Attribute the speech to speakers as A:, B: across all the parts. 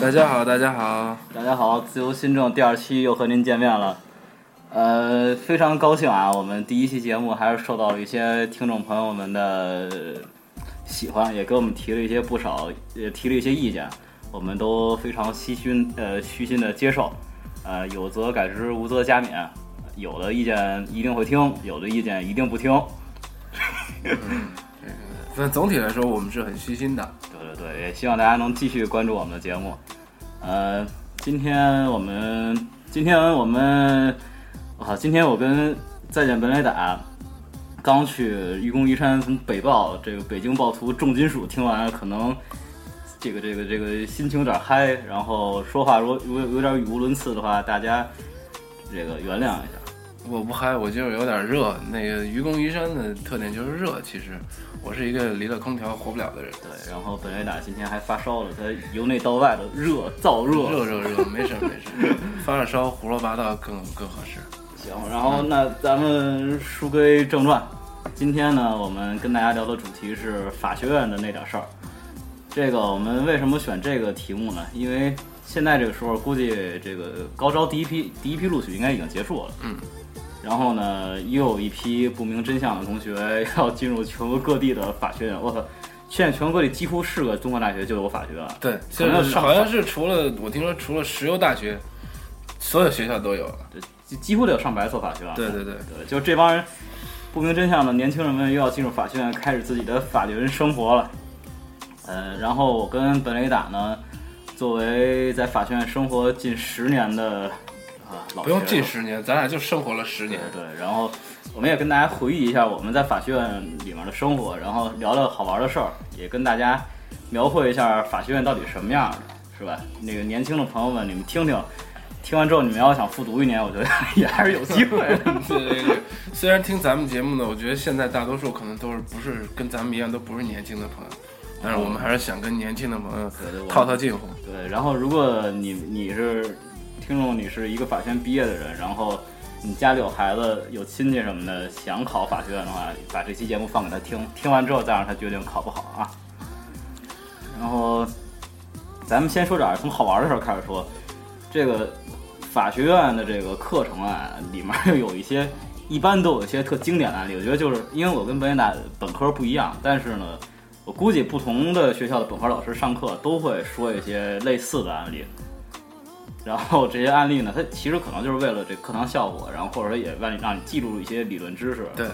A: 大家好，大家好，
B: 大家好，自由新政第二期又和您见面了，呃，非常高兴啊！我们第一期节目还是受到了一些听众朋友们的喜欢，也给我们提了一些不少，也提了一些意见，我们都非常虚心呃虚心的接受，呃，有则改之，无则加勉，有的意见一定会听，有的意见一定不听，
A: 那总体来说我们是很虚心的，
B: 对对对，也希望大家能继续关注我们的节目。呃，今天我们，今天我们，我靠，今天我跟再见本垒打刚去愚公移山，从北报这个北京暴徒重金属听完，可能这个这个这个心情有点嗨，然后说话如果如果有点语无伦次的话，大家这个原谅一下。
A: 我不嗨，我就是有点热。那个愚公移山的特点就是热，其实我是一个离了空调活不了的人，
B: 对，然后本垒打今天还发烧了，他由内到外的热燥热
A: 热热热，没事没 事，发了烧胡说八道更更合适。
B: 行，然后那咱们书归正传，今天呢，我们跟大家聊的主题是法学院的那点事儿。这个我们为什么选这个题目呢？因为现在这个时候，估计这个高招第一批第一批录取应该已经结束了。
A: 嗯。
B: 然后呢，又有一批不明真相的同学要进入全国各地的法学院。我操，现在全国各地几乎是个中国大学就有法学院。
A: 对，
B: 可能要
A: 就是
B: 上
A: 好像是除了我听说除了石油大学，所有学校都有了。
B: 对，几几乎得有上百所法学院。
A: 对对对，
B: 对，就这帮人不明真相的年轻人们又要进入法学院，开始自己的法律人生活了。呃，然后我跟本雷达呢，作为在法学院生活近十年的啊老
A: 不用
B: 学
A: 近
B: 生
A: 十年，咱俩就生活了十年。
B: 对，然后我们也跟大家回忆一下我们在法学院里面的生活，然后聊聊好玩的事儿，也跟大家描绘一下法学院到底什么样的，是吧？那个年轻的朋友们，你们听听，听完之后你们要想复读一年，我觉得 也还是有机会的。
A: 对对对，虽然听咱们节目呢，我觉得现在大多数可能都是不是跟咱们一样，都不是年轻的朋友，但是我们还是想跟年轻的朋友
B: 对对我们
A: 套套近乎。
B: 对，然后如果你你是听众，你是一个法学院毕业的人，然后你家里有孩子、有亲戚什么的，想考法学院的话，把这期节目放给他听，听完之后再让他决定考不好啊。然后，咱们先说点儿从好玩的事儿开始说，这个法学院的这个课程啊，里面儿有一些一般都有一些特经典的案例，我觉得就是因为我跟北美大本科不一样，但是呢。我估计不同的学校的本科老师上课都会说一些类似的案例，然后这些案例呢，它其实可能就是为了这课堂效果，然后或者说也让你让你记住一些理论知识，
A: 对，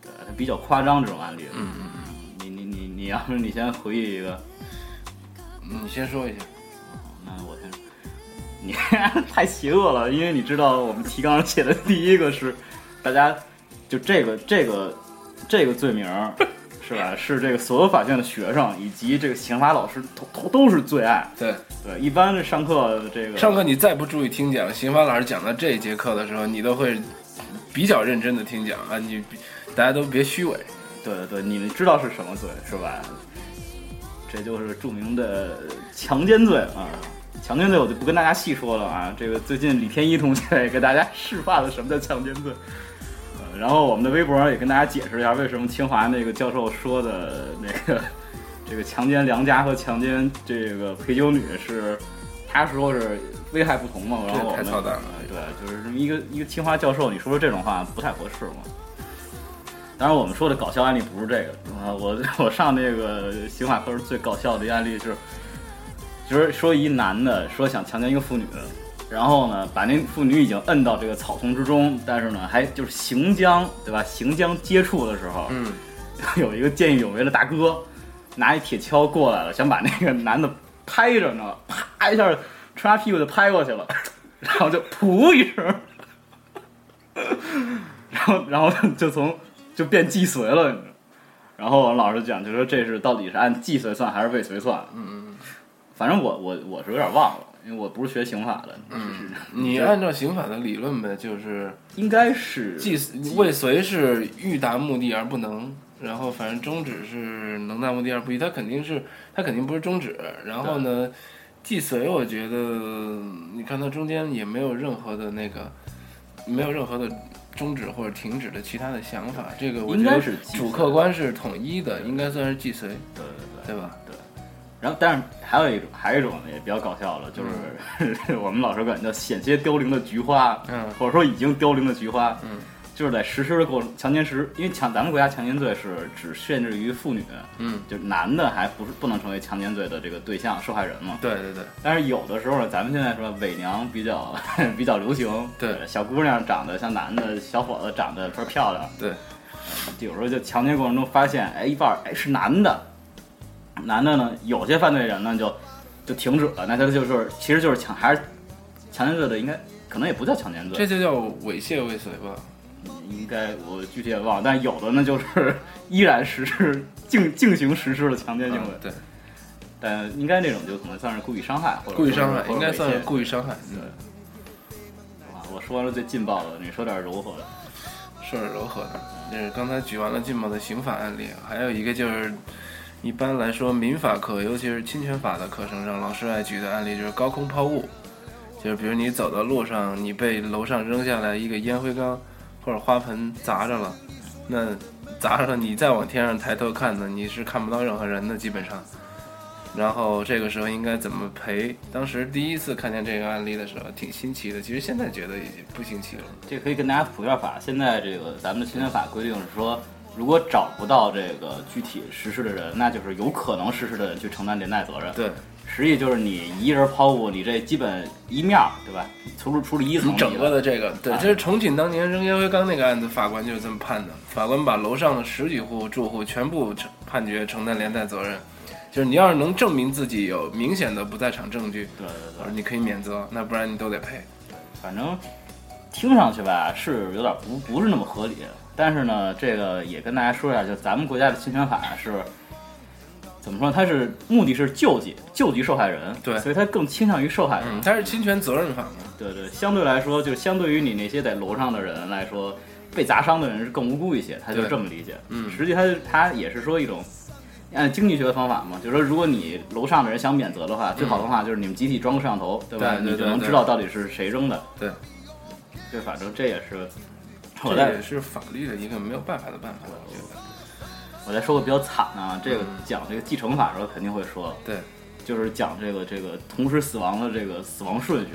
B: 对，它比较夸张这种案例。
A: 嗯嗯
B: 你你你你要是你先回忆一个，
A: 嗯，你先说一下。
B: 那啊我先，你 太邪恶了，因为你知道我们提纲上写的第一个是，大家就这个这个这个罪名儿是吧？是这个所有法学院的学生以及这个刑法老师都都都是最爱。
A: 对，
B: 对，一般上课这个
A: 上课你再不注意听讲，刑法老师讲到这一节课的时候，你都会比较认真的听讲啊，你比大家都别虚伪。
B: 对对对，你们知道是什么罪是吧？这就是著名的强奸罪啊！强奸罪我就不跟大家细说了啊。这个最近李天一同学也给大家示范了什么叫强奸罪。呃，然后我们的微博上也跟大家解释一下为什么清华那个教授说的那个 这个强奸良家和强奸这个陪酒女是，他说是危害不同嘛。然
A: 这
B: 后
A: 也
B: 我
A: 太
B: 们
A: 操蛋了
B: 对，就是这么一个一个清华教授，你说说这种话不太合适嘛。当然，我们说的搞笑案例不是这个啊、我 我上那个刑法课时候最搞笑的一案例就是，就是说一男的说想强奸一个妇女，然后呢把那妇女已经摁到这个草丛之中，但是呢还就是行将对吧？行将接触的时候，
A: 嗯，
B: 有一个见义勇为的大哥拿一铁锹过来了，想把那个男的拍着呢，啪一下穿他屁股就拍过去了，然后就噗一声，然后然后就从就变既遂了，你知道。然后我们老师讲，就说这是到底是按既遂算还是未遂算？嗯嗯反正我我我是有点忘了，因为我不是学刑法的，嗯、
A: 你按照刑法的理论呗，就是
B: 应该是
A: 既未遂是欲达目的而不能，然后反正终止是能达目的而不一，它肯定是它肯定不是终止。然后呢，既遂我觉得你看它中间也没有任何的那个，没有任何的终止或者停止的其他的想法，这个我觉
B: 应该
A: 得
B: 是既遂
A: 主客观是统一的，应该算是既遂，
B: 对对对
A: 对吧？
B: 对。然后，但是还有一种，还有一种也比较搞笑了，就是、 我们老师管叫险些凋零的菊花，
A: 嗯
B: 或者说已经凋零的菊花，
A: 嗯，
B: 就是在实施的过程，强奸时，因为强咱们国家强奸罪是只限制于妇女，
A: 嗯，
B: 就是男的还不是不能成为强奸罪的这个对象受害人嘛。
A: 对对对，
B: 但是有的时候呢，咱们现在说伪娘比较 比较流行，呃
A: 对
B: 小姑娘长得像男的，小伙子长得倍儿漂亮，
A: 对，
B: 有时候就强奸过程中发现，哎，一半儿哎是男的，男的呢，有些犯罪人呢就就停止了，那他就是其实就是强还是强奸罪的，应该可能也不叫强奸罪，
A: 这就叫猥亵未遂吧？
B: 应该我具体也忘了，但有的呢就是 依然实施进进行实施了强奸行为，
A: 嗯对，
B: 但应该这种就可能算是故意伤害或者
A: 故意伤害
B: 或者
A: 应该算是
B: 猥亵
A: 故意伤害。嗯
B: 对。啊，我说完了最劲爆的，你说点柔和的。
A: 说是柔和的，就是刚才举完了劲爆的刑法案例，还有一个就是，一般来说民法课，尤其是侵权法的课程上，老师爱举的案例就是高空抛物，就是比如你走到路上，你被楼上扔下来一个烟灰缸或者花盆砸着了，那砸着了你再往天上抬头看呢，你是看不到任何人的，基本上。然后这个时候应该怎么赔？当时第一次看见这个案例的时候，挺新奇的。其实现在觉得已经不新奇了。
B: 这可以跟大家普及一下法。现在这个咱们的侵权法规定是说，如果找不到这个具体实施的人，那就是有可能实施的人去承担连带责任。，
A: 对，
B: 实际就是你一人抛物，你这基本一面儿，对吧？除了除了一层以外，
A: 整个的这个，对，
B: 哎
A: 这是重庆当年扔烟灰缸那个案子，法官就是这么判的。法官把楼上的十几户住户全部承判决承担连带责任，就是你要是能证明自己有明显的不在场证据，
B: 对对
A: 呃
B: 对，
A: 你可以免责，那不然你都得赔。
B: 反正听上去吧是有点不不是那么合理，但是呢，这个也跟大家说一下，就咱们国家的侵权法是。怎么说？它是目的是救济救济受害人，
A: 对
B: 所以它更倾向于受害人。
A: 嗯，它是侵权责任法嘛？
B: 对对，相对来说，就是相对于你那些在楼上的人来说，被砸伤的人是更无辜一些，他就
A: 对
B: 这么理解。
A: 嗯
B: 实际他他也是说一种按经济学的方法嘛，就是说如果你楼上的人想免责的话，最好的话就是你们集体装个摄像头，对吧？
A: 对对
B: 你就
A: 对
B: 能
A: 对
B: 知道到底是谁扔的。
A: 对，
B: 这反正这也是我
A: 这
B: 在
A: 也是法律的一个没有办法的办法，我觉得。
B: 我再说个比较惨的啊，这个
A: 嗯
B: 讲这个继承法的时候肯定会说，
A: 对，
B: 就是讲这个这个同时死亡的这个死亡顺序。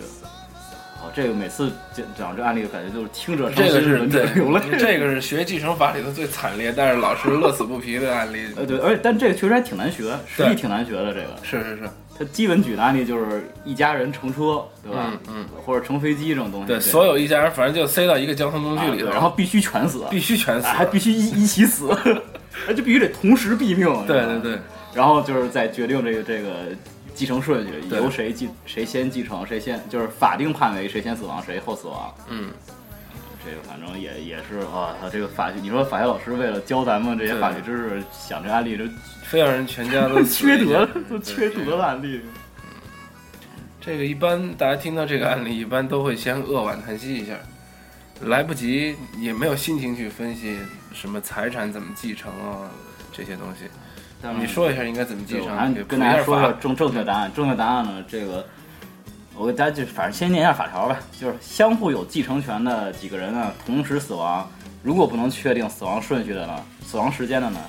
B: 哦，这个每次讲讲这案例，感觉就是听者伤
A: 这
B: 心，
A: 个是
B: 闻者
A: 对
B: 流泪。，
A: 这个是学继承法里头最惨烈，但是老师乐此不疲的案例。
B: 呃，对，而且但这个确实还挺难学，实际
A: 对
B: 挺难学的。这个，
A: 是是是，
B: 它基本举的案例就是一家人乘车，对吧？
A: 嗯嗯，
B: 或者乘飞机这种东西。
A: 对，
B: 这
A: 所有一家人反正就塞到一个交通工具
B: 啊
A: 里
B: 对
A: 头，
B: 然后必须全死，
A: 必须全死
B: 啊，还必须一一起死， 而且必须得同时毙命。你知
A: 对
B: 道
A: 对
B: 吗
A: 对，
B: 然后就是再决定这个这个继承顺序，
A: 对
B: 由谁继谁先继承，谁先就是法定判为谁先死亡，谁后死亡。
A: 嗯，
B: 这个反正也也是啊，他这个法律，你说法学老师为了教咱们这些
A: 对
B: 法律知识，想这案例都
A: 非要人全家都 死
B: 缺
A: 一
B: 德
A: 下
B: 了，都缺德。了案例。
A: 这个一般大家听到这个案例，一般都会先扼腕叹息一下，来不及也没有心情去分析什么财产怎么继承啊这些东西。
B: 但是
A: 你说一下应该怎么继
B: 对，我
A: 承，
B: 还
A: 给
B: 嗯跟
A: 普
B: 大
A: 及一
B: 家
A: 下
B: 说说
A: 法。
B: 正正确答案。正确答案呢，这个我给大家就反正先念一下法条吧，就是相互有继承权的几个人呢，同时死亡，如果不能确定死亡顺序的呢，死亡时间的呢，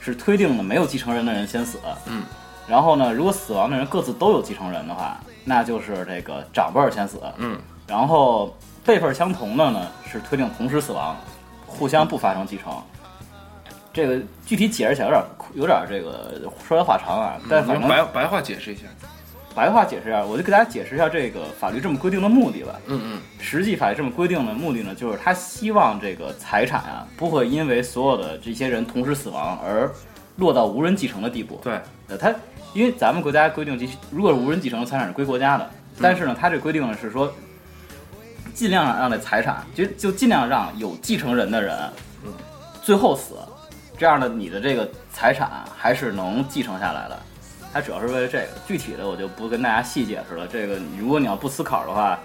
B: 是推定的没有继承人的人先死。
A: 嗯。
B: 然后呢，如果死亡的人各自都有继承人的话，那就是这个长辈儿先死。
A: 嗯。
B: 然后辈分相同的呢，是推定同时死亡，互相不发生继承。这个具体解释起来有点有点这个说来话长啊，但反正
A: 用嗯白白话解释一下。
B: 白话解释一下，我就给大家解释一下这个法律这么规定的目的吧。
A: 嗯嗯，
B: 实际法律这么规定的目的呢，就是他希望这个财产啊不会因为所有的这些人同时死亡而落到无人继承的地步。
A: 对，
B: 呃，他因为咱们国家规定，如果是无人继承的财产是归国家的，
A: 嗯
B: 但是呢，他这规定呢是说，尽量让这财产就就尽量让有继承人的人
A: 嗯
B: 最后死，这样呢，你的这个财产还是能继承下来的。它主要是为了这个，具体的我就不跟大家细解释了。这个如果你要不思考的话，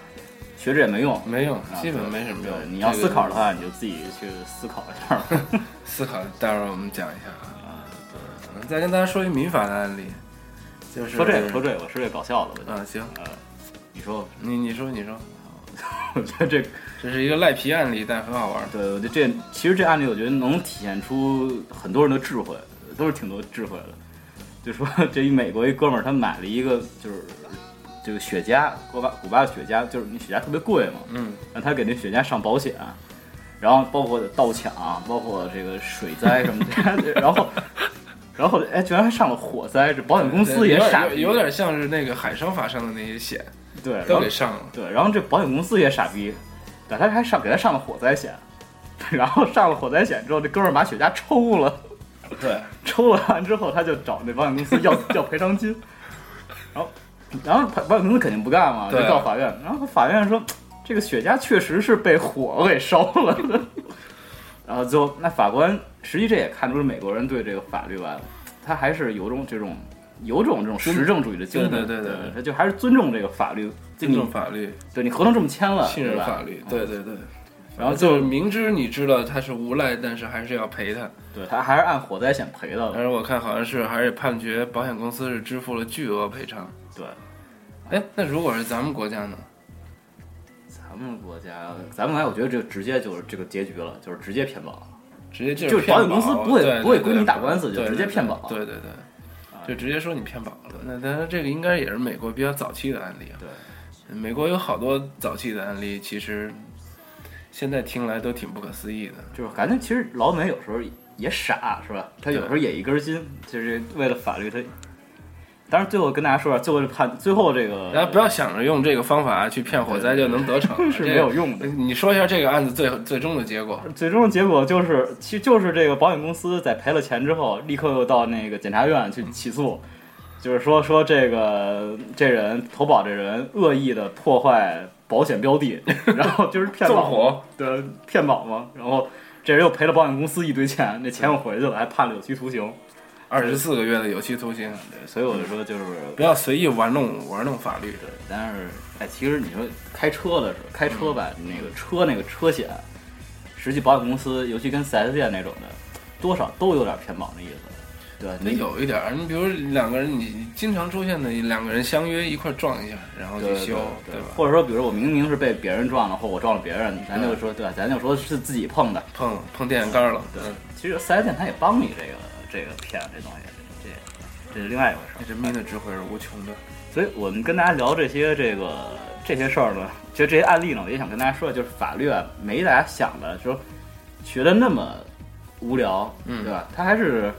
B: 学这也没用。
A: 没用，
B: 啊
A: 基本
B: 对
A: 没什么
B: 对
A: 用。
B: 你要
A: 这
B: 思
A: 个
B: 考的话，你就自己去思考一下吧。
A: 思考，待会儿我们讲一下啊。嗯再跟大家说一民法的案例，就是
B: 说这个，说这个，我说这搞笑的，我觉得
A: 啊，行，
B: 你说，
A: 你你说你说，
B: 我觉得这
A: 这是一个赖皮案例，但很好玩。
B: 对，我觉得这其实这案例，我觉得能体现出很多人的智慧，都是挺多智慧的。就说这一美国一哥们儿他买了一个就是这个雪茄，古巴古巴的雪茄，就是那雪茄特别贵嘛，
A: 嗯，
B: 然后他给那雪茄上保险，然后包括盗抢，包括这个水灾什么的，然后然后哎，居然还上了火灾，这保险公司也
A: 有点
B: 傻
A: 有
B: 逼，
A: 有点像是那个海商法上的那些险
B: 对，然
A: 都
B: 后
A: 给上了，
B: 对，然后这保险公司也傻逼，对，他还上给他上了火灾险， 然后上了火灾险之后，这哥们儿把雪茄抽了。
A: 对，
B: 抽了完之后，他就找那保险公司要 要赔偿金，然后然后保保险公司肯定不干嘛，就
A: 对啊
B: 告法院，然后法院说这个雪茄确实是被火给烧了 的，然后最后那法官实际这也看出了美国人对这个法律吧，他还是有种这种有种这种实证主义的精神，
A: 对对对对对
B: 他就还是尊重这个法律，就
A: 尊
B: 你
A: 重法律，
B: 对你合同这么签了，
A: 信
B: 嗯对
A: 任
B: 吧
A: 法律，对对对。
B: 然后
A: 就是
B: 就
A: 明知你知道他是无赖，但是还是要赔他。
B: 对他还是按火灾险赔的，
A: 但是我看好像是还是判决保险公司是支付了巨额赔偿。
B: 对。
A: 哎，那如果是咱们国家呢？
B: 咱们国家，咱们国家，我觉得这个直接就是这个结局了，就是直接骗保。
A: 直接
B: 就是保险公司不会
A: 对对
B: 不会
A: 对
B: 跟你
A: 对
B: 打官司就
A: 对
B: 直接骗保啊
A: 对对对，就直接说你骗保了。那当然，这个应该也是美国比较早期的案例啊。
B: 对，
A: 美国有好多早期的案例，其实现在听来都挺不可思议的。
B: 就是感觉其实老美有时候也傻，是吧？他有时候也一根筋，就是为了法律他。当然，最后跟大家说啊，最后这判，最后这个
A: 大家不要想着用这个方法去骗火灾就能得逞，
B: 是
A: 这
B: 没有用的。
A: 你说一下这个案子最最终的结果？
B: 最终的结果就是，其实就是这个保险公司在赔了钱之后，立刻又到那个检察院去起诉，就是说说这个这人投保这人恶意的破坏保险标的， 然后就是骗
A: 纵
B: 保
A: 火
B: 嘛对，骗保嘛，然后这人又赔了保险公司一堆钱，那钱又回去了，还判了有期徒刑。
A: 二十四个月的有期徒刑，
B: 对所以我就说就是，
A: 不要随意玩弄玩弄法律。
B: 对，但是哎，其实你说开车的时候，开车吧，
A: 嗯
B: 那个车那个车险，实际保险公司，尤其跟 4S 店那种的，多少都有点骗保的意思。对，
A: 那
B: 你
A: 有一点儿，你比如两个人，你经常出现的两个人相约一块儿撞一下，然后
B: 对
A: 去
B: 对
A: 修，
B: 对
A: 吧？
B: 或者说，比如我明明是被别人撞了，或我撞了别人，咱
A: 嗯
B: 就说对吧，咱就说是自己碰的。
A: 碰碰电线杆儿了，
B: 对
A: 嗯，
B: 其实 4S 店他也帮你这个这个骗这东西，这这这是另外一回事儿。
A: 人民的智慧是无穷的。
B: 所以我们跟大家聊这些这个这些事儿呢，其实这些案例呢，我也想跟大家说，就是法律啊，没大家想的说学的那么无聊，
A: 嗯
B: 对吧？它还是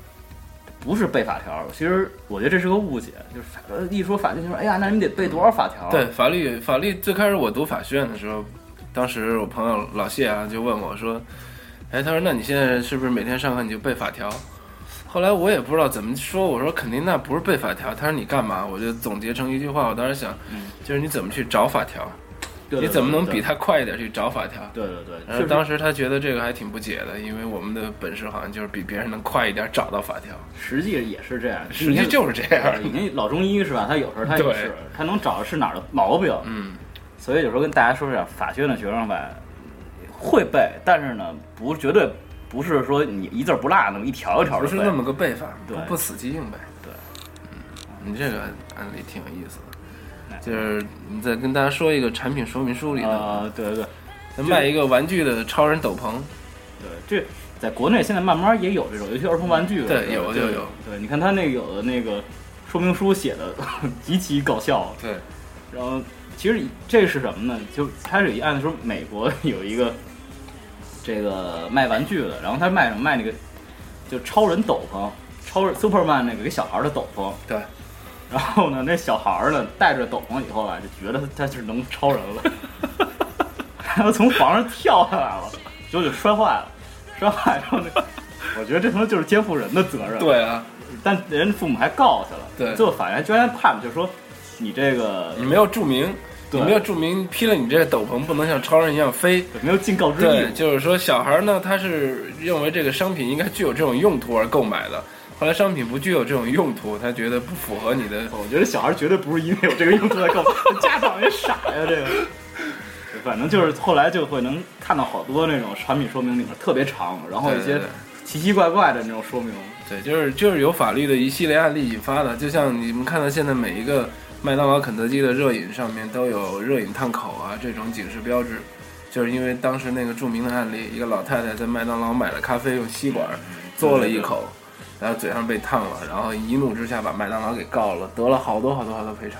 B: 不是背法条？其实我觉得这是个误解，就是法呃一说法律就说，哎呀，那你得背多少法条？
A: 对，法律法律最开始我读法学院的时候，当时我朋友老谢啊就问我说：“哎，他说那你现在是不是每天上课你就背法条？”后来我也不知道怎么说，我说肯定那不是背法条。他说你干嘛？我就总结成一句话，我当时想，就是你怎么去找法条，
B: 嗯对，
A: 你怎么能比
B: 他？
A: 他快一点去找法条？
B: 对对对，
A: 然
B: 确
A: 后
B: 实
A: 当时他觉得这个还挺不解的，因为我们的本事好像就是比别人能快一点找到法条，
B: 实际也是这样，
A: 实际就是这样。
B: 你看老中医是吧？他有时候他也
A: 对
B: 是，他能找的是哪儿的毛病，
A: 嗯，
B: 所以有时候跟大家说说，法学院的学生吧，会背，但是呢，不绝对不是说你一字儿不落那么一条一条
A: 不
B: 的
A: 是
B: 背。
A: 那么个背法，不
B: 对
A: 不死记硬背。
B: 对，
A: 嗯，你这个案例挺有意思
B: 哎
A: 的，就是你再跟大家说一个产品说明书里的，
B: 啊、对对对
A: 他卖一个玩具的超人斗篷，
B: 对，这在国内现在慢慢也有这种，尤其儿童玩具，
A: 对
B: 是吧
A: 有就有。
B: 对，你看他那个有的那个说明书写的呃极其搞笑，
A: 对，
B: 然后其实这是什么呢？就开始一案的时候，美国有一个这个卖玩具的，然后他卖什么？卖那个就超人斗篷，超人 Superman 那个给小孩儿的斗篷。
A: 对。
B: 然后呢，那小孩儿呢戴着斗篷以后啊，就觉得他就是能超人 了，他就从房上跳下来了，结果就摔坏了，摔坏之后那，我觉得这他妈就是监护人的责任。
A: 对啊，
B: 但人家父母还告去了，
A: 对
B: 最后法院居然判了，就说你这个
A: 你没有注明，
B: 对
A: 你没有注明披了你这个斗篷不能像超人一样飞。
B: 没有尽告之义
A: 对，。就是说小孩呢，他是认为这个商品应该具有这种用途而购买的，后来商品不具有这种用途，他觉得不符合你的。
B: 我觉得小孩绝对不是因为有 这个用途来购买，家长也傻呀，这个。反正就是后来就会能看到好多那种产品说明里面特别长，然后一
A: 对
B: 些
A: 对
B: 奇奇怪怪的那种说明。
A: 对，就是就是由法律的一系列案例引发的，就像你们看到现在每一个麦当劳、肯德基的热饮上面都有热饮烫口啊这种警示标志，就是因为当
B: 嗯
A: 时那个著名的案例，一个老太太在麦当劳买了咖啡，用吸管嘬了一口，然后嘴上被烫了，然后一怒之下把麦当劳给告了，得了好多好多好多赔偿。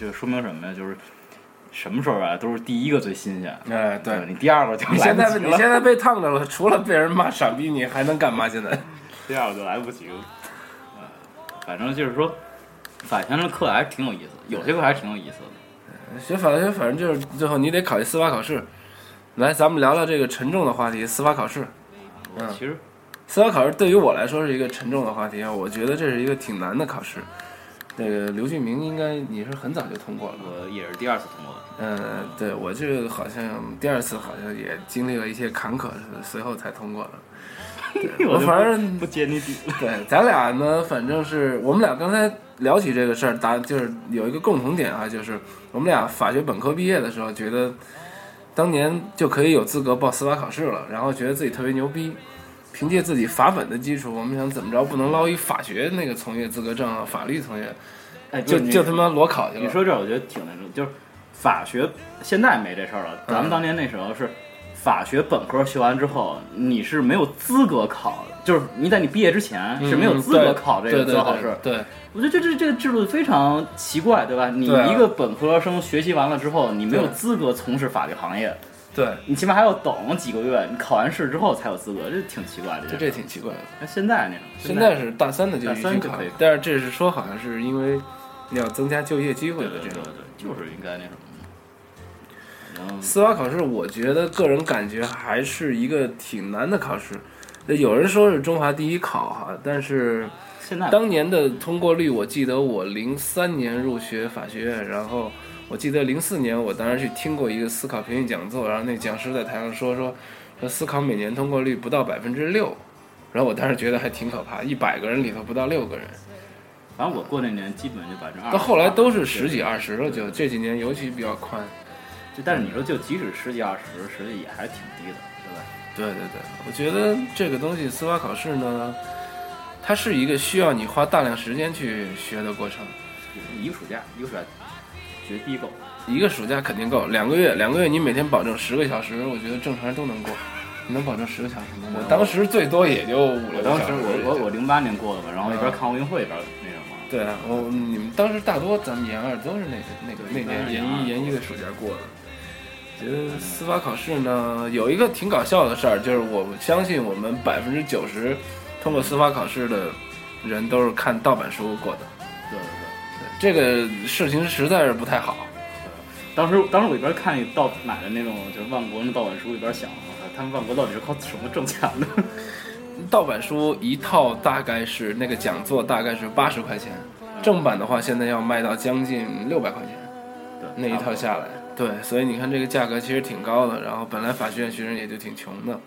B: 这个说明什么呀？就是什么时候啊，都是第一个最新鲜。
A: 哎，对，
B: 你第二个就
A: 你
B: 来
A: 现
B: 不
A: 在
B: 及
A: 你
B: 了，
A: 现在被烫着了，除了被人骂傻逼，你还能干嘛？现在？
B: 第二个就来不及了。呃，反正就是说，法学的课还是挺有意思，有些课还是挺有意思的。
A: 学法学，反正就是最后你得考一司法考试。来，咱们聊聊这个沉重的话题——司法考试。
B: 我
A: 嗯
B: 其实
A: 司法考试对于我来说是一个沉重的话题啊，我觉得这是一个挺难的考试。那个刘俊明应该你是很早就通过了吧，
B: 我也是第二次通过的。
A: 嗯，对我这个好像第二次好像也经历了一些坎坷，随后才通过了。对 我
B: 就
A: 反正
B: 不揭你底了。
A: 对，咱俩呢，反正是我们俩刚才聊起这个事儿，答就是有一个共同点啊，就是我们俩法学本科毕业的时候，觉得当年就可以有资格报司法考试了，然后觉得自己特别牛逼，凭借自己法本的基础，我们想怎么着不能捞一法学那个从业资格证啊，法律从业，
B: 哎，
A: 就
B: 不是
A: 就
B: 你
A: 他妈裸考去了。
B: 你说这，我觉得挺那什么，就是法学现在没这事儿了。咱
A: 嗯
B: 们当年那时候是法学本科学完之后，你是没有资格考的，就是你在你毕业之前
A: 嗯
B: 是没有资格考这个
A: 对
B: 司
A: 对
B: 法考试。
A: 对对
B: 我觉得这这这个制度非常奇怪，对吧？你
A: 对啊
B: 一个本科生学习完了之后，你没有
A: 对
B: 资格从事法律行业，
A: 对，
B: 你起码还要等几个月，你考完试之后才有资格，这挺奇怪的。
A: 就这挺奇怪的。
B: 那现在那种，
A: 现在是大三的就
B: 大
A: 必
B: 三
A: 须
B: 就
A: 考
B: 可以考，
A: 但是这是说好像是因为要增加就业机会
B: 对
A: 的
B: 对
A: 这
B: 对
A: 种
B: 对。，就是应该那什么。反正
A: 司法考试，我觉得个人感觉还是一个挺难的考试。呃有人说是中华第一考哈，但是
B: 现在
A: 当年的通过率，我记得我零三年入学法学院，然后我记得零四年我当时去听过一个思考培训讲座，然后那讲师在台上说说说思考每年通过率不到百分之六，然后我当时觉得还挺可怕，一百个人里头不到六个人，
B: 反正我过那年基本就百分之二。
A: 到后来都是十几二十了就，这几年尤其比较宽。
B: 就但是你说就即使十几二十，实际也还挺低的，对吧？
A: 对对对，我觉得这个东西司法考试呢，它是一个需要你花大量时间去学的过程。
B: 一个暑假，一个暑假绝逼够。
A: 一个暑假肯定够，两个月，两个月你每天保证十个小时，我觉得正常人都能过。你能保证十个小时吗？我当时最多也就五
B: 我
A: 六个
B: 当
A: 小
B: 时
A: 时。
B: 我我我零八年过的嘛，然后一边
A: 嗯
B: 看奥运会一边那什么。
A: 对啊，我你们当时大多咱们研二都是那个那个那
B: 对
A: 年研
B: 一般是
A: 一
B: 研二
A: 研一的暑假过的。觉得司法考试呢，有一个挺搞笑的事儿，就是我相信我们百分之九十通过司法考试的人都是看盗版书过的，
B: 对对对。
A: 这个事情实在是不太好。
B: 当时当时我一边看那盗买的那种就是万国那盗版书，一边想，我操，他们万国到底是靠什么挣钱 的？
A: 盗版书一套大概是那个讲座大概是八十块钱，正版的话现在要卖到将近六百块钱。
B: 对，
A: 那一套
B: 差
A: 下来，对，所以你看这个价格其实挺高的。然后本来法学院学生也就挺穷的，
B: 不多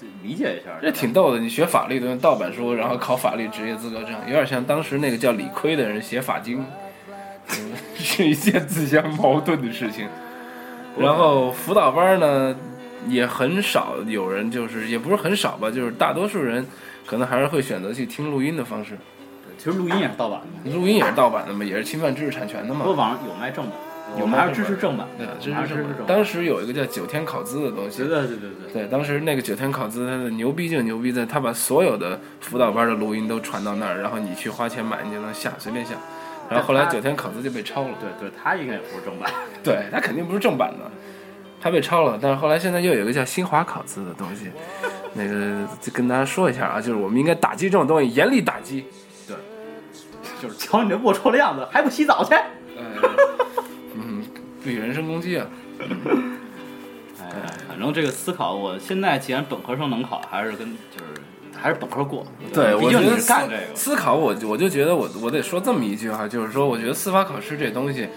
B: 就理解一下。
A: 这挺逗的。你学法律的用盗版书，然后考法律职业资格证，有点像当时那个叫李逵的人写法经，嗯是一件自相矛盾的事情。然后辅导班呢，也很少有人，就是也不是很少吧，就是大多数人可能还是会选择去听录音的方式。
B: 对其实录音也是盗版的，
A: 录音也是盗版的嘛，也是侵犯知识产权
B: 不
A: 的嘛
B: 过。网上有卖正版，
A: 有
B: 我们还
A: 卖
B: 是支持正版，
A: 对啊，
B: 我
A: 这
B: 们还
A: 是
B: 是支持正版。
A: 当时有一个叫九天考资的东西
B: 对，对对对对。
A: 对，当时那个九天考资，他的牛逼就牛逼在，他把所有的辅导班的录音都传到那儿，然后你去花钱买，你就能下，随便下。然后后来
B: 但他
A: 九天考资就被抄了，
B: 对对，他应该也不是正版。
A: 对，他肯定不是正版的，他被抄了。但是后来现在又有一个叫新华考资的东西，那个就跟大家说一下啊，就是我们应该打击这种东西，严厉打击。
B: 就是瞧你这龌龊的样子，还不洗澡去？
A: 呃，嗯， 不许人身攻击啊。
B: 哎，反正这个思考，我现在既然本科生能考，还是跟就是还是本科过。
A: 对，
B: 嗯毕
A: 我
B: 竟
A: 觉得
B: 你是
A: 思
B: 干这个。
A: 思考我，我就觉得我我得说这么一句哈，就是说，我觉得司法考试这东西，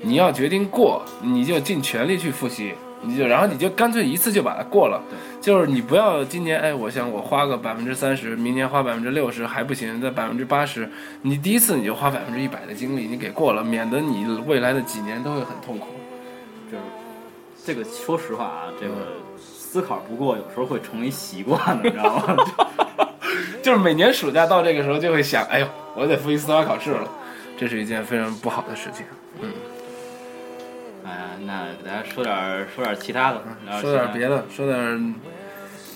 A: 你要决定过，你就尽全力去复习，你就然后你就干脆一次就把它过了，就是你不要今年哎，我想我花个百分之三十，明年花百分之六十还不行，再百分之八十，你第一次你就花百分之一百的精力，你给过了，免得你未来的几年都会很痛苦。
B: 就是这个，说实话啊，这个思考不过，有时候会成为习惯的，你知道 吗？
A: 就是每年暑假到这个时候就会想，哎呦，我得复习司法考试了，这是一件非常不好的事情。
B: 哎呀，那给大家说点儿说点儿其他的，
A: 嗯说点
B: 其他
A: 别的，说点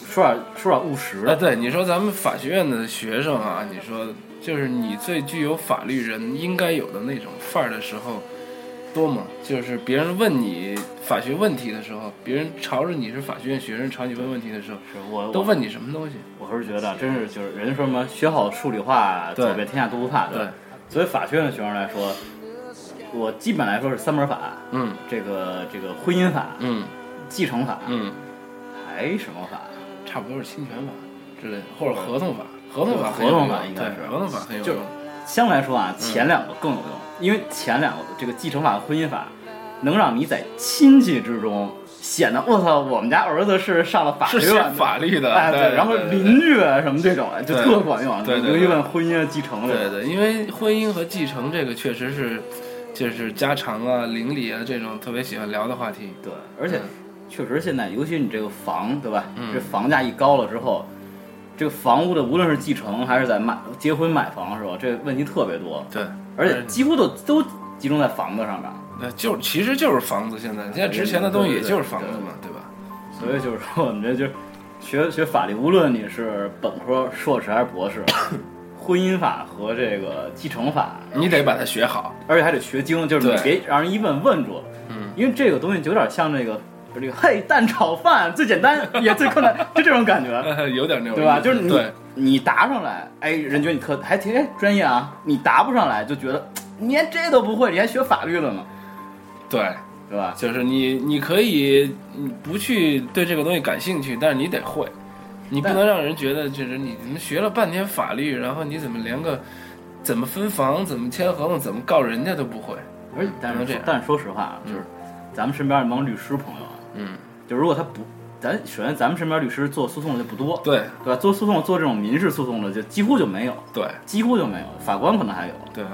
B: 说点说点务实
A: 啊，
B: 的，
A: 对，你说咱们法学院的学生啊，你说就是你最具有法律人应该有的那种范儿的时候，多吗？就是别人问你法学问题的时候，别人朝着你是法学院学生朝你问问题的时候，
B: 是我
A: 都
B: 我
A: 问你什么东西？
B: 我是觉得，啊真是就是人家说什么学好数理化，
A: 对
B: 走遍天下都不怕。
A: 对，
B: 作为法学院的学生来说，我基本来说是三门法，
A: 嗯
B: 这个这个婚姻法、
A: 嗯
B: 继承法，
A: 嗯，
B: 还什么法？
A: 差不多是侵权法之类的，或者合同法。合同法
B: 合
A: 很有
B: 同
A: 用，
B: 法应该是
A: 对合同法很有
B: 就
A: 用
B: 是。相对来说啊，
A: 嗯
B: 前两个更有用，因为前两个这个继承法和婚姻法，能让你在亲戚之中显得我操，我们家儿子是上了法
A: 是
B: 学
A: 写
B: 院的。
A: 法律的，
B: 哎，
A: 对，
B: 然后
A: 对对对
B: 邻居啊什么这种，就
A: 对
B: 特管用。
A: 对对对
B: 尤其问婚姻啊、继承
A: 对
B: 的，
A: 对，因为婚姻和继承这个确实是，就是家常啊、邻里啊这种特别喜欢聊的话题。
B: 对，而且
A: 嗯
B: 确实现在，尤其你这个房，对吧？
A: 嗯
B: 这房价一高了之后，这个房屋的无论是继承还是在买结婚买房是吧？这问题特别多，
A: 对，
B: 而且几乎都都集中在房子上面。
A: 那就其实就是房子，现在现在值钱的东西也就是房子嘛，对吧？
B: 所以就是说，我们这就是学学法律，无论你是本科、硕士还是博士，婚姻法和这个继承法，
A: 你得把它学好。
B: 而且还得学精，就是你
A: 对
B: 别让人一问问住，
A: 嗯，
B: 因为这个东西就有点像那个。就是这个嘿，蛋炒饭最简单也最困难，就这种感觉。
A: 有点那种
B: 对吧？
A: 意思
B: 就是你
A: 对
B: 你答上来，哎，人觉得你特还挺哎专业啊；你答不上来，就觉得你连这都不会，你还学法律了呢，
A: 对，
B: 对吧？
A: 就是你你可以你不去对这个东西感兴趣，但是你得会，你不
B: 但
A: 能让人觉得就是你怎么学了半天法律，然后你怎么连个怎么分房、怎么签合同、怎么告人家都不会。
B: 而且但
A: 不能
B: 是
A: 这样
B: 但是说实话啊，就是咱们身边那帮律师朋友啊，
A: 嗯，
B: 就如果他不，咱首先咱们身边律师做诉讼的就不多，
A: 对
B: 对吧？做诉讼做这种民事诉讼的就几乎就没有，
A: 对
B: 几乎就没有，法官可能还有。
A: 对啊。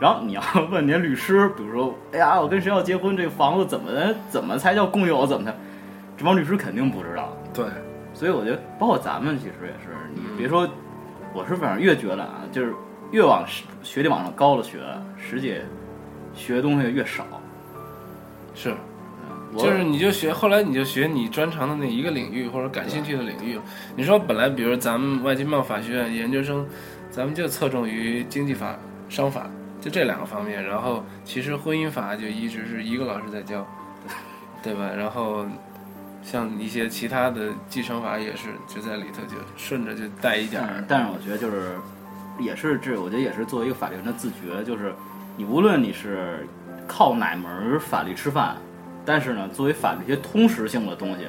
B: 然后你要问您律师，比如说，哎呀，我跟谁要结婚，这个房子怎么怎么才叫共有，怎么才，这帮律师肯定不知道。
A: 对，
B: 所以我觉得，包括咱们其实也是，你别说，我是反正越觉得啊，就是越往实学历往上高了学，实际学东西越少。
A: 是，
B: 我
A: 就是你就学，后来你就学你专长的那一个领域或者感兴趣的领域了。你说本来比如咱们外经贸法学院研究生，咱们就侧重于经济法、商法，就这两个方面。然后其实婚姻法就一直是一个老师在教，对吧？然后像一些其他的继承法也是就在里头就顺着就带一点
B: 但
A: 儿
B: 是，，但是我觉得就是，也是这，我觉得也是作为一个法律人的自觉，就是你无论你是靠哪门法律吃饭，但是呢，作为法律一些通识性的东西，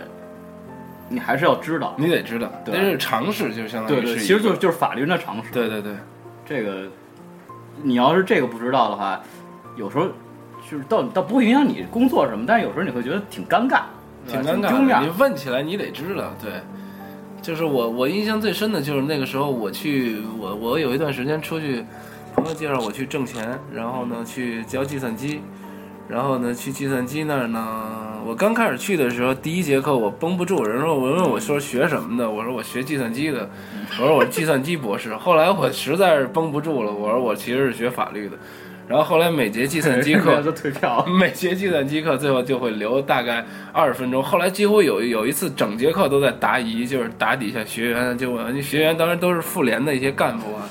B: 你还是要知道。
A: 你得知道，
B: 对
A: 但是常识就相当
B: 对
A: 于
B: 对，
A: 嗯是
B: 其
A: 一
B: 实就
A: 个
B: 是就是法律人的常识。
A: 对对对，
B: 这个，你要是这个不知道的话，有时候就是倒倒不会影响你工作什么，但是有时候你会觉得挺尴尬，
A: 挺
B: 对吧
A: 尴
B: 丢
A: 尬
B: 面
A: 的。你
B: 儿。
A: 问起来你得知道，对。就是我我印象最深的就是那个时候我去我我有一段时间出去，朋友介绍我去挣钱，然后呢去教计算机，然后呢去计算机那儿呢，我刚开始去的时候第一节课我绷不住，人说我问我说学什么的，我说我学计算机的，我说我是计算机博士，后来我实在是绷不住了，我说我其实是学法律的，然后后来每节计 算机课
B: 就退票，
A: 每节计算机课最后就会留大概二十分钟。后来几乎有有一次整节课都在答疑，就是答底下学员就问，学员当然都是妇联的一些干部 啊，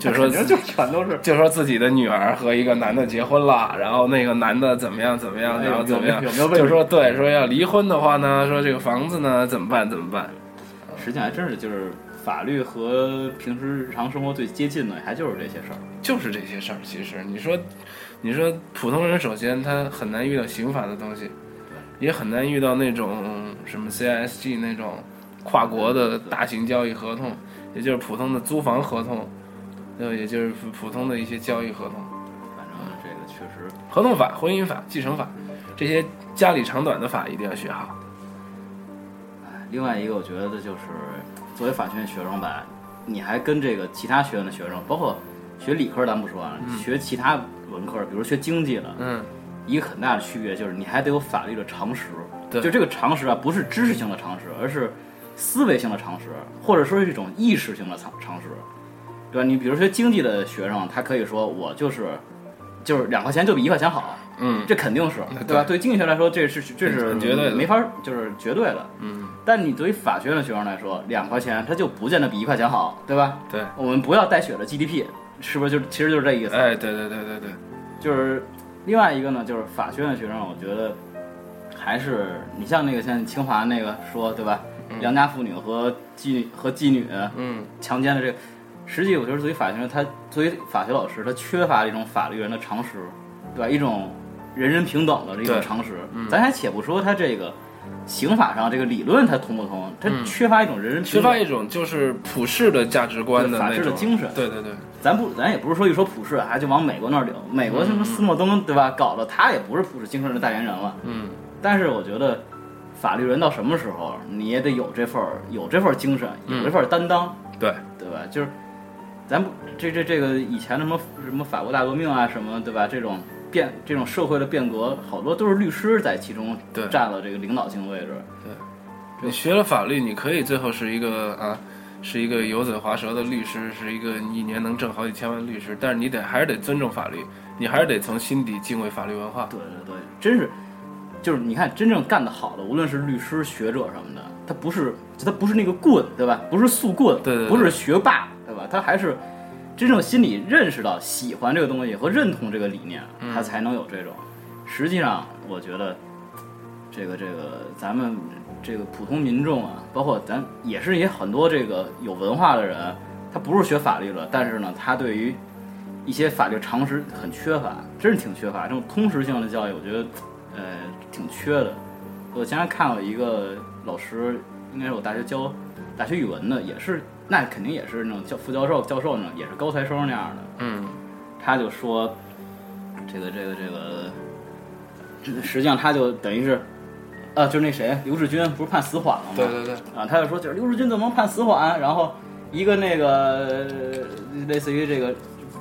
A: 就说
B: 肯定就全都是。
A: 就说自己的女儿和一个男的结婚了，然后那个男的怎么样怎么样，
B: 哎
A: 然后
B: 有
A: 怎么样
B: 有没有，问题
A: 就说对，说要离婚的话呢，说这个房子呢怎么办怎么办？
B: 实际上还真是就是法律和平时日常生活最接近的，还就是这些事儿。
A: 就是这些事儿。其实你说，你说普通人首先他很难遇到刑法的东西，也很难遇到那种什么 CISG 那种跨国的大型交易合同，也就是普通的租房合同，呃，也就是普通的一些交易合同、
B: 反正这个确实，
A: 合同法、婚姻法、继承法这些家里长短的法一定要学好。
B: 哎另外一个我觉得就是作为法学院学生吧，你还跟这个其他学院的学生，包括学理科咱不说啊，学其他文科，比如学经济的，
A: 嗯，
B: 一个很大的区别就是你还得有法律的常识。
A: 对
B: 就这个常识啊，不是知识性的常识，而是思维性的常识，或者说是一种意识性的常常识，对吧？你比如说经济的学生，他可以说我就是就是两块钱就比一块钱好，
A: 嗯，
B: 这肯定是对吧？对经济学来说，这是这是
A: 很绝对的
B: 没法就是绝对的。
A: 嗯，
B: 但你对于法学院的学生来说，两块钱它就不见得比一块钱好，对吧？
A: 对，
B: 我们不要带血的 GDP，是不是就其实就是这意思？
A: 哎，对对对对对，
B: 就是另外一个呢，就是法学院的学生，我觉得还是你像那个像清华那个说对吧，良家妇女和妓和妓女
A: 嗯，
B: 强奸的这个，实际我觉得作为法学生，他作为法学老师，他缺乏一种法律人的常识，对吧？一种人人平等的这种
A: 对嗯
B: 常识。咱还且不说他这个刑法上这个理论他通不通，他缺乏一种人人
A: 嗯缺
B: 平等
A: 乏。一种就是普世的价值观的
B: 对法
A: 那
B: 治的
A: 种
B: 精神
A: 对对对，
B: 咱不，咱也不是说一说普世啊，就往美国那儿领。美国什
A: 嗯
B: 么斯诺登对吧？搞的他也不是普世精神的代言人了。
A: 嗯，
B: 但是我觉得，法律人到什么时候你也得有这份儿有这份儿精神，有这份儿担当，
A: 嗯对，
B: 对吧？就是，咱不这这这个以前什么什么法国大革命啊什么对吧？这种变这种社会的变革，好多都是律师在其中
A: 对
B: 占了这个领导性位置。
A: 你学了法律，你可以最后是一个啊，是一个油嘴滑舌的律师，是一个一年能挣好几千万律师，但是你得还是得尊重法律，你还是得从心底敬畏法律文化。
B: 对对对，真是，就是你看，真正干得好的，无论是律师、学者什么的，他不是就他不是那个棍，对吧？不是速棍，
A: 对对对
B: 不是学霸，对吧？他还是真正心里认识到喜欢这个东西和认同这个理念，
A: 嗯
B: 他才能有这种。实际上，我觉得这个这个咱们这个普通民众啊，包括咱也是也很多这个有文化的人，他不是学法律的，但是呢，他对于一些法律常识很缺乏，真是挺缺乏。这种通识性的教育，我觉得呃挺缺的。我前天看了一个老师，应该是我大学教大学语文的，也是那肯定也是那种教副教授、教授那种，也是高材生那样的。
A: 嗯
B: 他就说，这个这个这个，这个实际上他就等于是，啊，就是那谁刘志军不是判死缓了吗？
A: 对对对，
B: 啊，他就说就是刘志军怎么能判死缓？然后一个那个呃类似于这个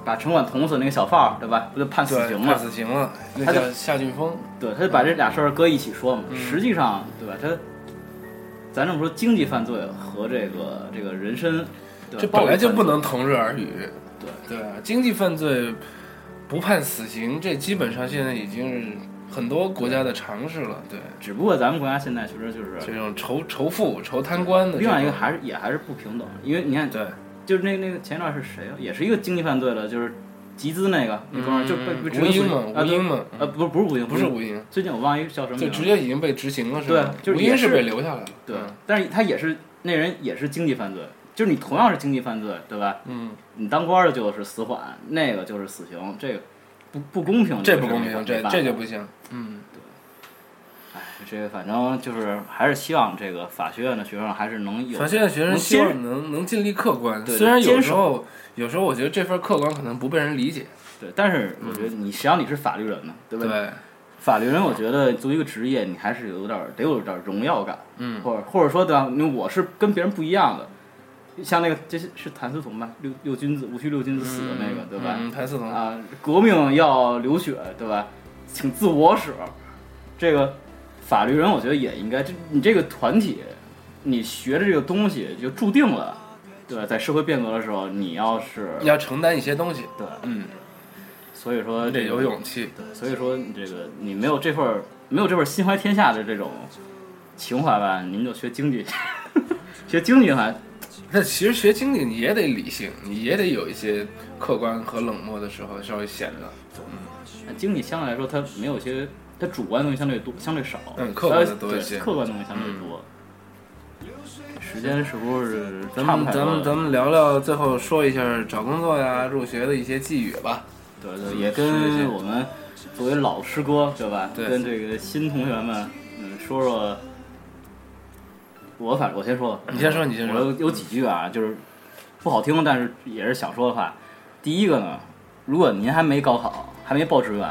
B: 把城管捅死那个小贩儿，对吧？不就判死
A: 对
B: 刑
A: 判
B: 吗？
A: 死刑了，那
B: 他就
A: 叫夏俊峰。
B: 对，他就把这俩事儿搁一起说嘛。
A: 嗯
B: 实际上，对吧？他，咱这么说，经济犯罪和这个这个人身，对吧
A: 这本来就不。
B: 暴力犯罪
A: 能同日而语。
B: 对
A: 对啊，经济犯罪不判死刑，这基本上现在已经是很多国家的常识了。对，
B: 只不过咱们国家现在确实就是
A: 这种仇仇富、仇贪官的这种。
B: 另外一个还是也还是不平等，因为你看，
A: 对，
B: 就是那那个前一段是谁啊？也是一个经济犯罪的，就是集资那个，那哥们儿就被被
A: 嗯吴
B: 执
A: 英
B: 行
A: 嘛，
B: 啊
A: 吴英嘛，
B: 呃，不是不是吴英，
A: 不是吴英，
B: 最近我忘一个叫什么
A: 就
B: 名
A: 直
B: 了，
A: 接已嗯经被执行了，是吧？
B: 对就是
A: 吴英
B: 也是
A: 是被留下来了。
B: 对，但是他也是那人也是经济犯罪，就是你同样是经济犯罪，对吧？
A: 嗯，
B: 你当官的就是死缓，那个就是死刑，这个不不公平，
A: 这
B: 个
A: 不
B: 事儿
A: 公
B: 没
A: 平，这
B: 办法
A: 这就不行。嗯，
B: 哎，这个反正就是还是希望这个法学院的学生还是能有
A: 法学院学生
B: 能
A: 希
B: 坚
A: 望能能尽力客观，
B: 对
A: 虽然有
B: 坚
A: 时候有时候我觉得这份客观可能不被人理解。
B: 对，但是我觉得你谁让你是法律人呢，对吧？
A: 对，
B: 法律人，我觉得作为一个职业，你还是有点儿得有点儿荣耀感，
A: 嗯，
B: 或者或者说的，因为我是跟别人不一样的。像那个这是是谭嗣同吧，六六君子戊戌六君子死的那个，对吧？
A: 嗯，谭嗣同，
B: 啊，革命要流血，对吧？请自我使。这个法律人，我觉得也应该，这你这个团体，你学的这个东西就注定了，对吧？在社会变革的时候，你要是
A: 要承担一些东西，
B: 对，
A: 嗯，
B: 所以说
A: 你得
B: 这个
A: 有勇气。
B: 所以说，你这个你没有这份儿没有这份儿心怀天下的这种情怀吧，您就学经济， 学经济的话，
A: 那其实学经济你也得理性，你也得有一些客观和冷漠的时候，稍微显得
B: 经济相对来说它没有一些它主观的东西相对多，相对少，
A: 嗯客观的
B: 呃
A: 多一些嗯
B: 对客观的东西相对多。时间是不是
A: 咱
B: 差不
A: 们
B: 太多
A: 咱
B: 了
A: 们咱们聊聊，最后说一下找工作呀、入学的一些寄语吧。
B: 对对，也
A: 是这些
B: 跟我们作为老师哥对吧？
A: 对
B: 跟这个新同学们，嗯，说说。我反正我先说吧，
A: 你先说，你先
B: 我有
A: 说。
B: 有几句啊，就是不好听，但是也是想说的话。第一个呢，如果您还没高考，还没报志愿，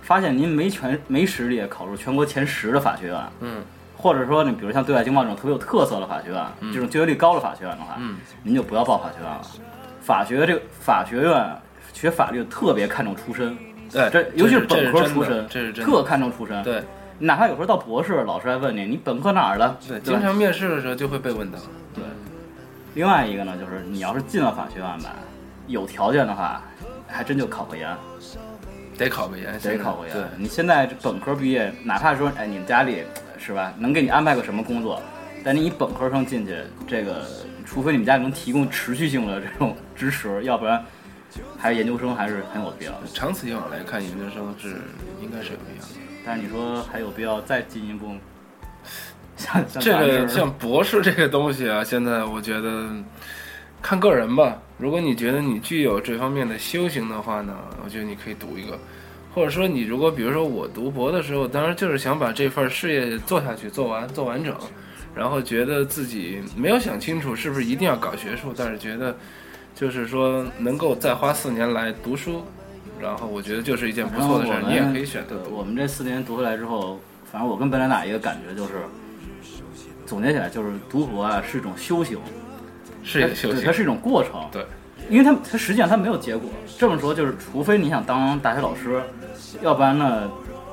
B: 发现您没全没实力考入全国前十的法学院，
A: 嗯，
B: 或者说你比如像对外经贸这种特别有特色的法学院，这种就业率高的法学院的话，
A: 嗯
B: 您就不要报法学院了。法学这个法学院学法律特别看重出身，
A: 对，
B: 这尤其
A: 是
B: 本科
A: 这是真
B: 出
A: 的
B: 身，
A: 这是真
B: 特
A: 的。
B: 看重出身。
A: 对
B: 哪怕有时候到博士，老师还问你你本科哪儿的，
A: 对，
B: 吧
A: 经常面试的时候就会被问到。
B: 对，另外一个呢，就是你要是进了法学院吧，有条件的话，还真就考个研，
A: 得考个研，
B: 得
A: 现在
B: 考个研
A: 对，。
B: 你现在这本科毕业，哪怕说哎，你们家里是吧，能给你安排个什么工作，但你以本科生进去，这个除非你们家能提供持续性的这种支持，要不然还是研究生还是很有必要的。
A: 长此以往来看，研究生是应该是有必要的。
B: 但是你说还有必要再进一步吗？像像
A: 这
B: 咱
A: 个
B: 这
A: 像 博士这个东西啊，现在我觉得看个人吧。如果你觉得你具有这方面的修行的话呢，我觉得你可以读一个，或者说你如果比如说我读博的时候，当时就是想把这份事业做下去，做完做完整，然后觉得自己没有想清楚是不是一定要搞学术，但是觉得就是说能够再花四年来读书，然后我觉得就是一件不错的事儿
B: 然，后我
A: 你也
B: 们
A: 可以选择读。
B: 我们这四年读下来之后，反正我跟本来娜一个感觉就是，总结起来就是读博啊是一种修行，
A: 事业修
B: 哎对
A: 行
B: 它，是一种过程。
A: 对，
B: 因为它它实际上它没有结果。这么说就是，除非你想当大学老师，要不然呢，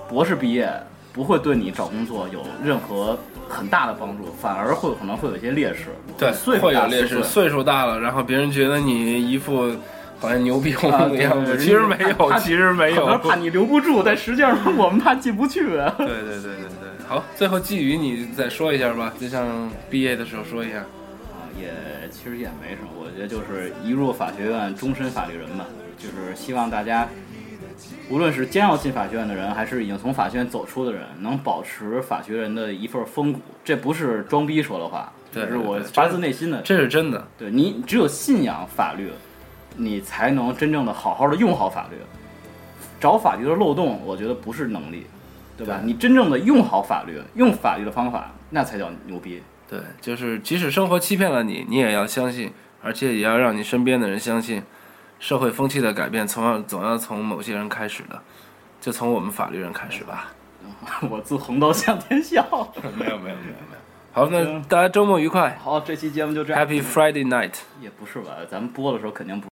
B: 博士毕业不会对你找工作有任何很大的帮助，反而会可能会有一些劣势。
A: 对，
B: 岁数
A: 会有
B: 大
A: 劣
B: 四
A: 势，
B: 岁
A: 岁数大了，然后别人觉得你一副好像牛逼哄
B: 啊
A: 哄的
B: 对
A: 样
B: 对
A: 子，
B: 对
A: 其实没有，
B: 他
A: 其实没有
B: 可。能怕你留不住，但实际上我们怕进不去。啊
A: 对对对对对，好，最后寄语你再说一下吧，就像毕业的时候说一下。
B: 啊，也其实也没什么，我觉得就是一入法学院，终身法律人吧。就是希望大家，无论是将要进法学院的人，还是已经从法学院走出的人，能保持法学人的一份风骨。这不是装逼说的话，
A: 对
B: 这是我
A: 对对
B: 发自内心的。
A: 这是真的，
B: 对你只有信仰法律，你才能真正的好好的用好法律。找法律的漏洞，我觉得不是能力，对吧？
A: 对
B: 你真正的用好法律，用法律的方法，那才叫牛逼。
A: 对，就是即使生活欺骗了你，你也要相信，而且也要让你身边的人相信，社会风气的改变从要总要从某些人开始的，就从我们法律人开始吧。
B: 我自横刀向天笑。
A: 没有没有没有没有。嗯好，那大家周末愉快
B: 好，这期节目就这样。
A: ，Happy Friday night。
B: 也不是吧，咱们播的时候肯定不。